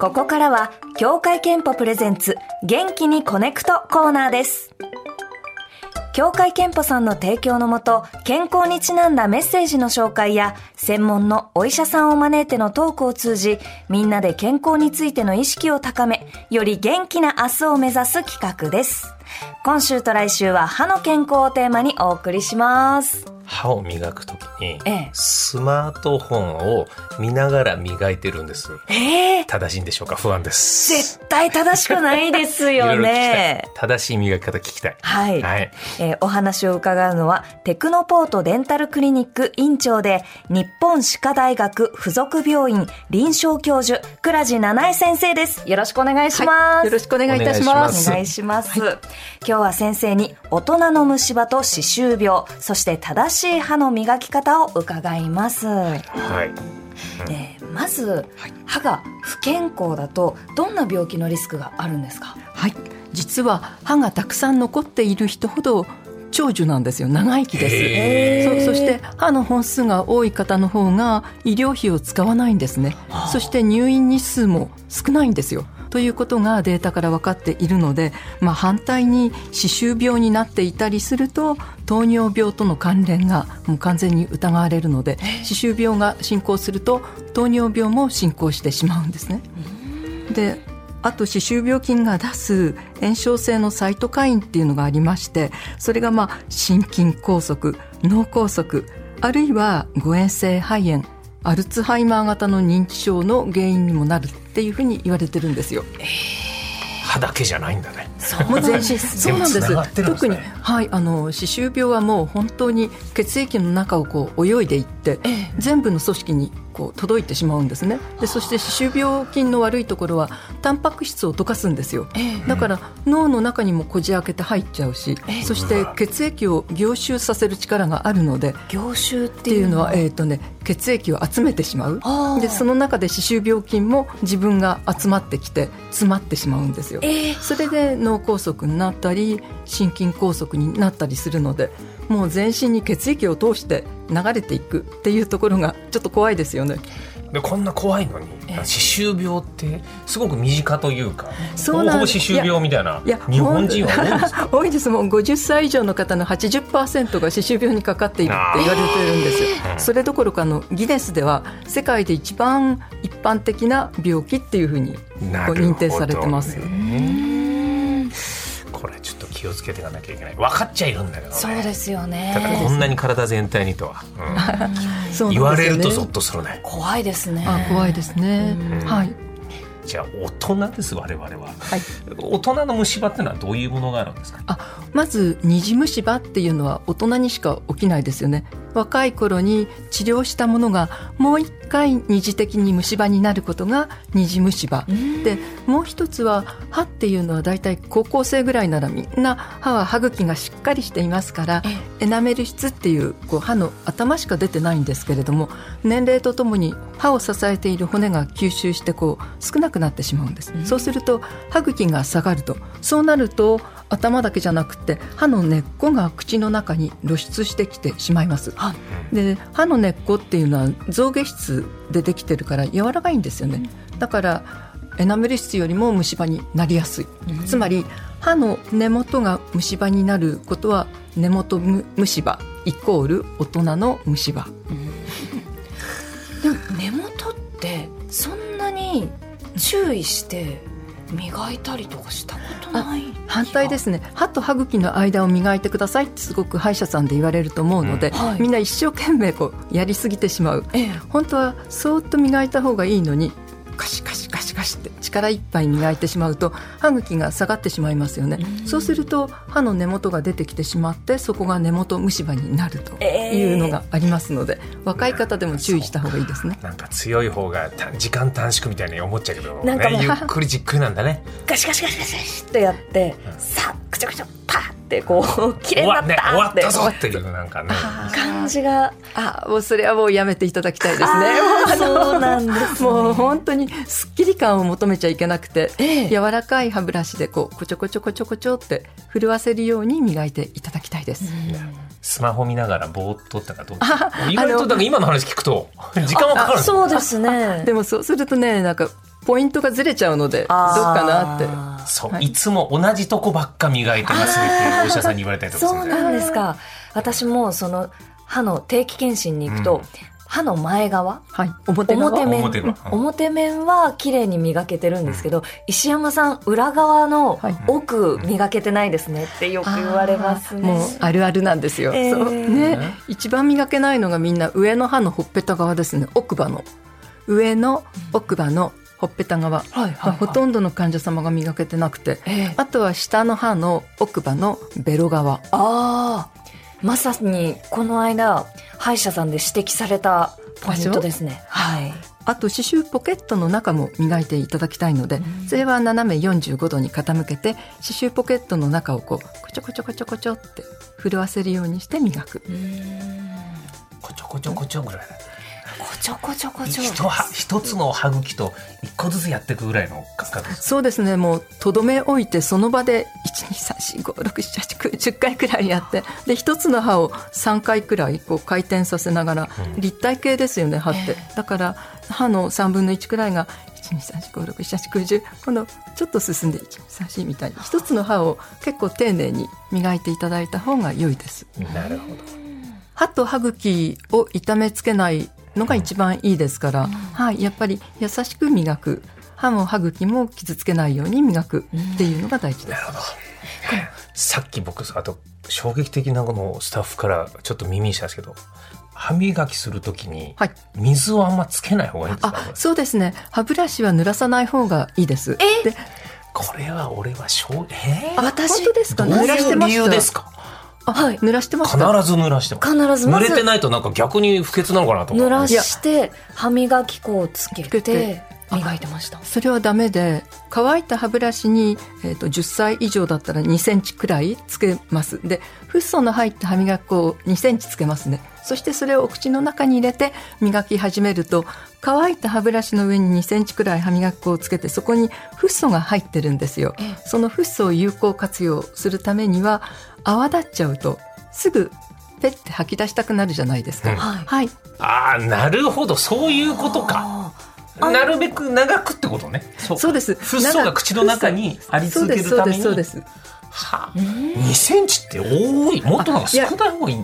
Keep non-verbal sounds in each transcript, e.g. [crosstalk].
ここからは、協会憲法プレゼンツ、元気にコネクトコーナーです。協会憲法さんの提供のもと、健康にちなんだメッセージの紹介や、専門のお医者さんを招いてのトークを通じ、みんなで健康についての意識を高め、より元気な明日を目指す企画です。今週と来週は歯の健康をテーマにお送りします。歯を磨くときにええスマートフォンを見ながら磨いてるんですええ正しいんでしょうか不安です絶対正しくないですよいろいろ聞きたいね。正しい磨き方聞きたいはい、はいえーお話を伺うのは、テクノポートデンタルクリニック院長で、日本歯科大学附属病院臨床教授、倉地七恵先生です。よろしくお願いします。はいよろしくお願いいたしまくす。お願いします、今日は先生に大人の虫歯と歯周病そして正しい歯の磨き方を伺います、はいえーまず歯が不健康だとどんな病気のリスクがあるんですかはい、実は歯がたくさん残っている人ほど長寿なんですよ。長生きでへす。へそーそして歯の本数が多い方の方が医療費を使わないんですね。そして入院日数も少ないんですよ。ということがデータから分かっているので、まあ、反対に歯周病になっていたりすると糖尿病との関連がもう完全に疑われるので歯周病が進行すると糖尿病も進行してしまうんですね。であと歯周病菌が出す炎症性のサイトカインっていうのがありましてそれがまあ心筋梗塞脳梗塞あるいは誤嚥性肺炎アルツハイマー型の認知症の原因にもなるっていうふうに言われてるんですよ。歯だけじゃないんだねもう全身そうなんで全部す繋がってるんです特ねに、はい、あの歯周病はもう本当に血液の中をこう泳いでいって、全部の組織にこう届いてしまうんですねでそして歯周病菌の悪いところはタンパク質を溶かすんですよ、だから脳の中にもこじ開けて入っちゃうし、そして血液を凝集させる力があるので凝集っってていうのは、えーとね、血液を集めてしまうあーでその中で歯周病菌も自分が集まってきて詰まってしまうんですよ。ええそれで脳梗塞になったり心筋梗塞になったりするのでもう全身に血液を通して流れていくっていうところがちょっと怖いですよね。でこんな怖いのにええ歯周病ってすごく身近というかそほうぼなんほぼ歯周病みたいないや日本人は多いんですか [laughs] 多いですもん50歳以上の方の80%が歯周病にかかっているって言われてるんですよ、それどころかあのギネスでは世界で一番一般的な病気っていうふうにこうなるほど認定されてます、ねこれちょっと気をつけていかなきゃいけない分かっちゃいるんだけどねそうですよねただこんなに体全体にとは、うんそう言なわんですれよるねとゾッとするね怖いですねあ怖いですね、うんはいじゃあ大人です我々ははい大人の虫歯ってのはどういうものがあるんですかあまず二次虫歯っていうのは大人にしか起きないですよね若い頃に治療したものがもう一回二次的に虫歯になることが二次虫歯でもう一つは歯っていうのはだいたい高校生ぐらいならみんな歯は歯茎がしっかりしていますからエナメル質っていうこう歯の頭しか出てないんですけれども年齢とともに歯を支えている骨が吸収してこう少なくなってしまうんです、そうすると歯茎が下がるとそうなると頭だけじゃなくて歯の根っこが口の中に露出してきてしまいます、で歯の根っこっていうのは象牙質でできてるから柔らかいんですよね、だからエナメル質よりも虫歯になりやすい、つまり歯の根元が虫歯になることは根元む虫歯イコール大人の虫歯でも根元ってそんなに注意して磨いたりとかしたことない反対ですすね歯と歯茎の間を磨いてくださいってすごく歯医者さんで言われると思うので、うんはいみんな一生懸命こうやりすぎてしまうええ本当はそーっと磨いた方がいいのにカシカシカシカシって力いっぱい磨いてしまうと歯茎が下がってしまいますよね、そうすると歯の根元が出てきてしまってそこが根元虫歯になるというのがありますので、若い方でも注意した方がいいですねなんか強い方が短時間短縮みたいに思っちゃうけど、なんかもねう、 [laughs] ゆっくりじっくりなんだねガシガシガシガシガシってやって、さあくちゃくちゃパーってこう綺麗に終なわ,、っね、た終わっってたぞっていうなんかね感じがあもうそれはもうやめていただきたいですねあーそうなんですねもう本当にすっきり感を求めちゃいけなくて、ええ柔らかい歯ブラシでこうこちょこちょこちょこちょって震わせるように磨いていただきたいです、スマホ見ながらぼーっとってのはどうですあか意外とだから今の話聞くと時間はかかるんですよそうですねでもそうするとねなんかポイントがずれちゃうのでどっあーかなってそう、はいい、つも同じとこばっか磨いてますねってお医者さんに言われたりとかすそるうんで。なんですか。私もその歯の定期検診に行くうとん、歯の前側はい表側表面表表面面うんは綺麗に磨けてるんですけど、石山さん裏側のはい奥磨けてないですねってよく言われますね。あーもうあるあるなんですよ、えーそうね一番磨けないのがみんな上の歯のほっぺた側ですね奥歯の上の奥歯のほっぺた側、はいはいはいほとんどの患者様が磨けてなくてええあとは下の歯の奥歯のベロ側ああまさにこの間歯医者さんで指摘されたポイントですね。はい。あと刺繍ポケットの中も磨いていただきたいので、それは斜め45度に傾けて刺繍ポケットの中をこうこちょこちょこちょこちょって震わせるようにして磨くこちょこちょこちょぐらいだ。こちょこちょこちょ。一は一つの歯茎と一個ずつやっていくぐらいの感覚です。そうですねもうとどめ置いてその場で12345678910回くらいやってで一つの歯を3回くらいこう回転させながら、うん立体系ですよね歯っえて、だから歯の3分の1くらいが12345678910今度ちょっと進んで123みたいに一つの歯を結構丁寧に磨いていただいた方が良いですなるほど。歯と歯茎を痛めつけないのが一番いいですから、はい、やっぱり優しく磨く歯も歯茎も傷つけないように磨くっていうのが大事です、さっき僕あと衝撃的なこのスタッフからちょっと耳にしたんですけど、歯磨きするときにはい水をあんまつけない方がいいんですかあ。そうですね歯ブラシは濡らさない方がいいですでこれこれは俺は衝撃。えあ私本当ですかどう濡らしいてうま理した由ですか。あはい濡らしてまし必たず濡らしてます。必ず濡まれずてないとなんか逆に不潔なのかなと思う。濡らして歯磨き粉をつけつてけて磨いてました。それはダメで乾いた歯ブラシに、えー、と10歳以上だったら2センチくらいつけますでフッ素の入った歯磨き粉を2センチつけますねそしてそれをお口の中に入れて磨き始めると乾いた歯ブラシの上に2センチくらい歯磨き粉をつけてそこにフッ素が入ってるんですよえそのフッ素を有効活用するためには泡立っちゃうとすぐペッて吐き出したくなるじゃないですか、うんはいはいああなるほどそういうことか。あーなるべく長くってことね。そそうですフッ素が口の中にあり続けるために。そうですそうですそうですはあ、2センチって多いもっとなんか少ない方がいい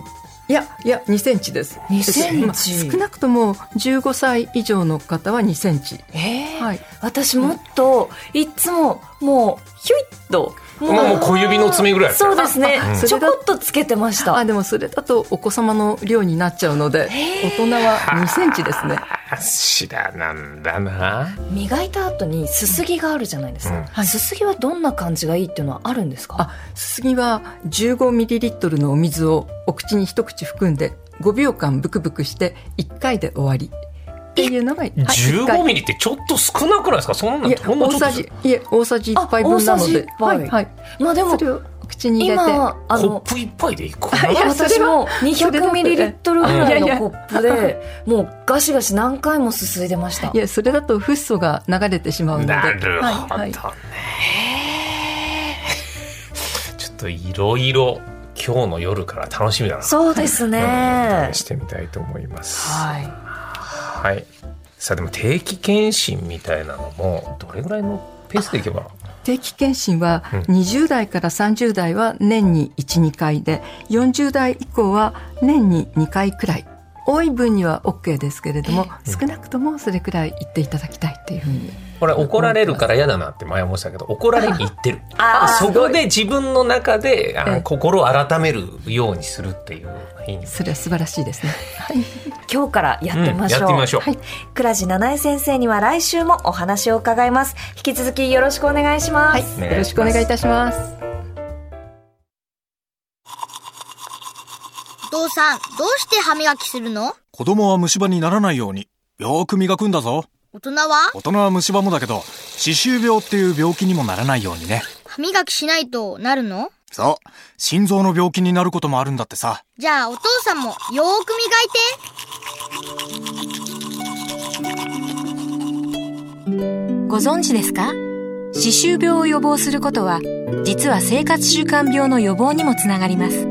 いやいや2センチです。 2センチですまあ少なくとも15歳以上の方は2センチ。えーはい。私もっといつももうひょいっとまあもう小指の爪ぐらいそうですねあうんちょこっとつけてましたあでもそれだとお子様の量になっちゃうので、大人は2センチですね。あ知らなんだな磨いた後にすすぎがあるじゃないですうんか、はいすすぎはどんな感じがいいっていうのはあるんですかあすすぎは15ミリリットルのお水をお口に一口含んで5秒間ブクブクして1回で終わりっていうのが、はい、一回15ミリってちょっと少なくないですかそんないえんほんの大ちょっさとじいえ大さじ1杯分あなので、大さじ一杯はい、まあでもそれをお口に入れて。今あコッのプ一杯でいくいやそ私れはも200ミリリットルぐらいのコップうんいやいでもうガシガシ何回もすすいでましたいやそれだとフッ素が流れてしまうのでなるほどはね、いはいちょっといろいろ今日の夜から楽しみだなそうですねうん試してみたいと思いますはいはいさあでも定期検診みたいなのもどれぐらいのペースでいけば定期検診はうん20代から30代は年に12回で40代以降は年に2回くらい多い分には OK ですけれども少なくともそれくらい言っていただきたいっていうふうにこれ怒られるから嫌だなって前思ってたけど怒られに行ってるあそこで自分の中であえのえ心を改めるようにするっていういいんですそれは素晴らしいですね今日からやってみましょう、うんやってみましょうはい、倉地七重先生には来週もお話を伺います引き続きよろしくお願いします、はいお願いしますよろしくお願いいたしますお父さん、どうして歯磨きするの子供は虫歯にならないように、よーく磨くんだぞ。大人は大人は虫歯もだけど、歯周病っていう病気にもならないようにね。歯磨きしないとなるのそう。心臓の病気になることもあるんだってさ。じゃあお父さんもよーく磨いて。ご存知ですか歯周病を予防することは実は生活習慣病の予防にもつながります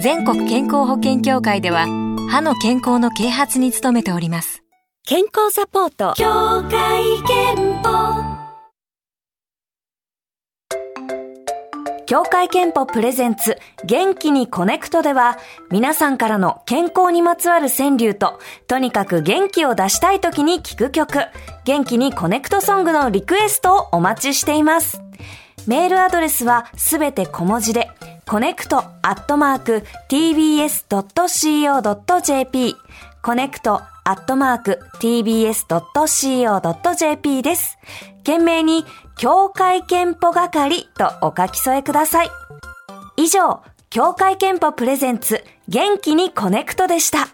全国健康保険協会では歯の健康の啓発に努めております健康サポート協会憲法協会憲法プレゼンツ元気にコネクトでは皆さんからの健康にまつわる川柳ととにかく元気を出したい時に聴く曲元気にコネクトソングのリクエストをお待ちしていますメールアドレスはすべて小文字で、connect.tbs.co.jp、connect.tbs.co.jp です。懸命に、協会憲法係とお書き添えください。以上、協会憲法プレゼンツ、元気にコネクトでした。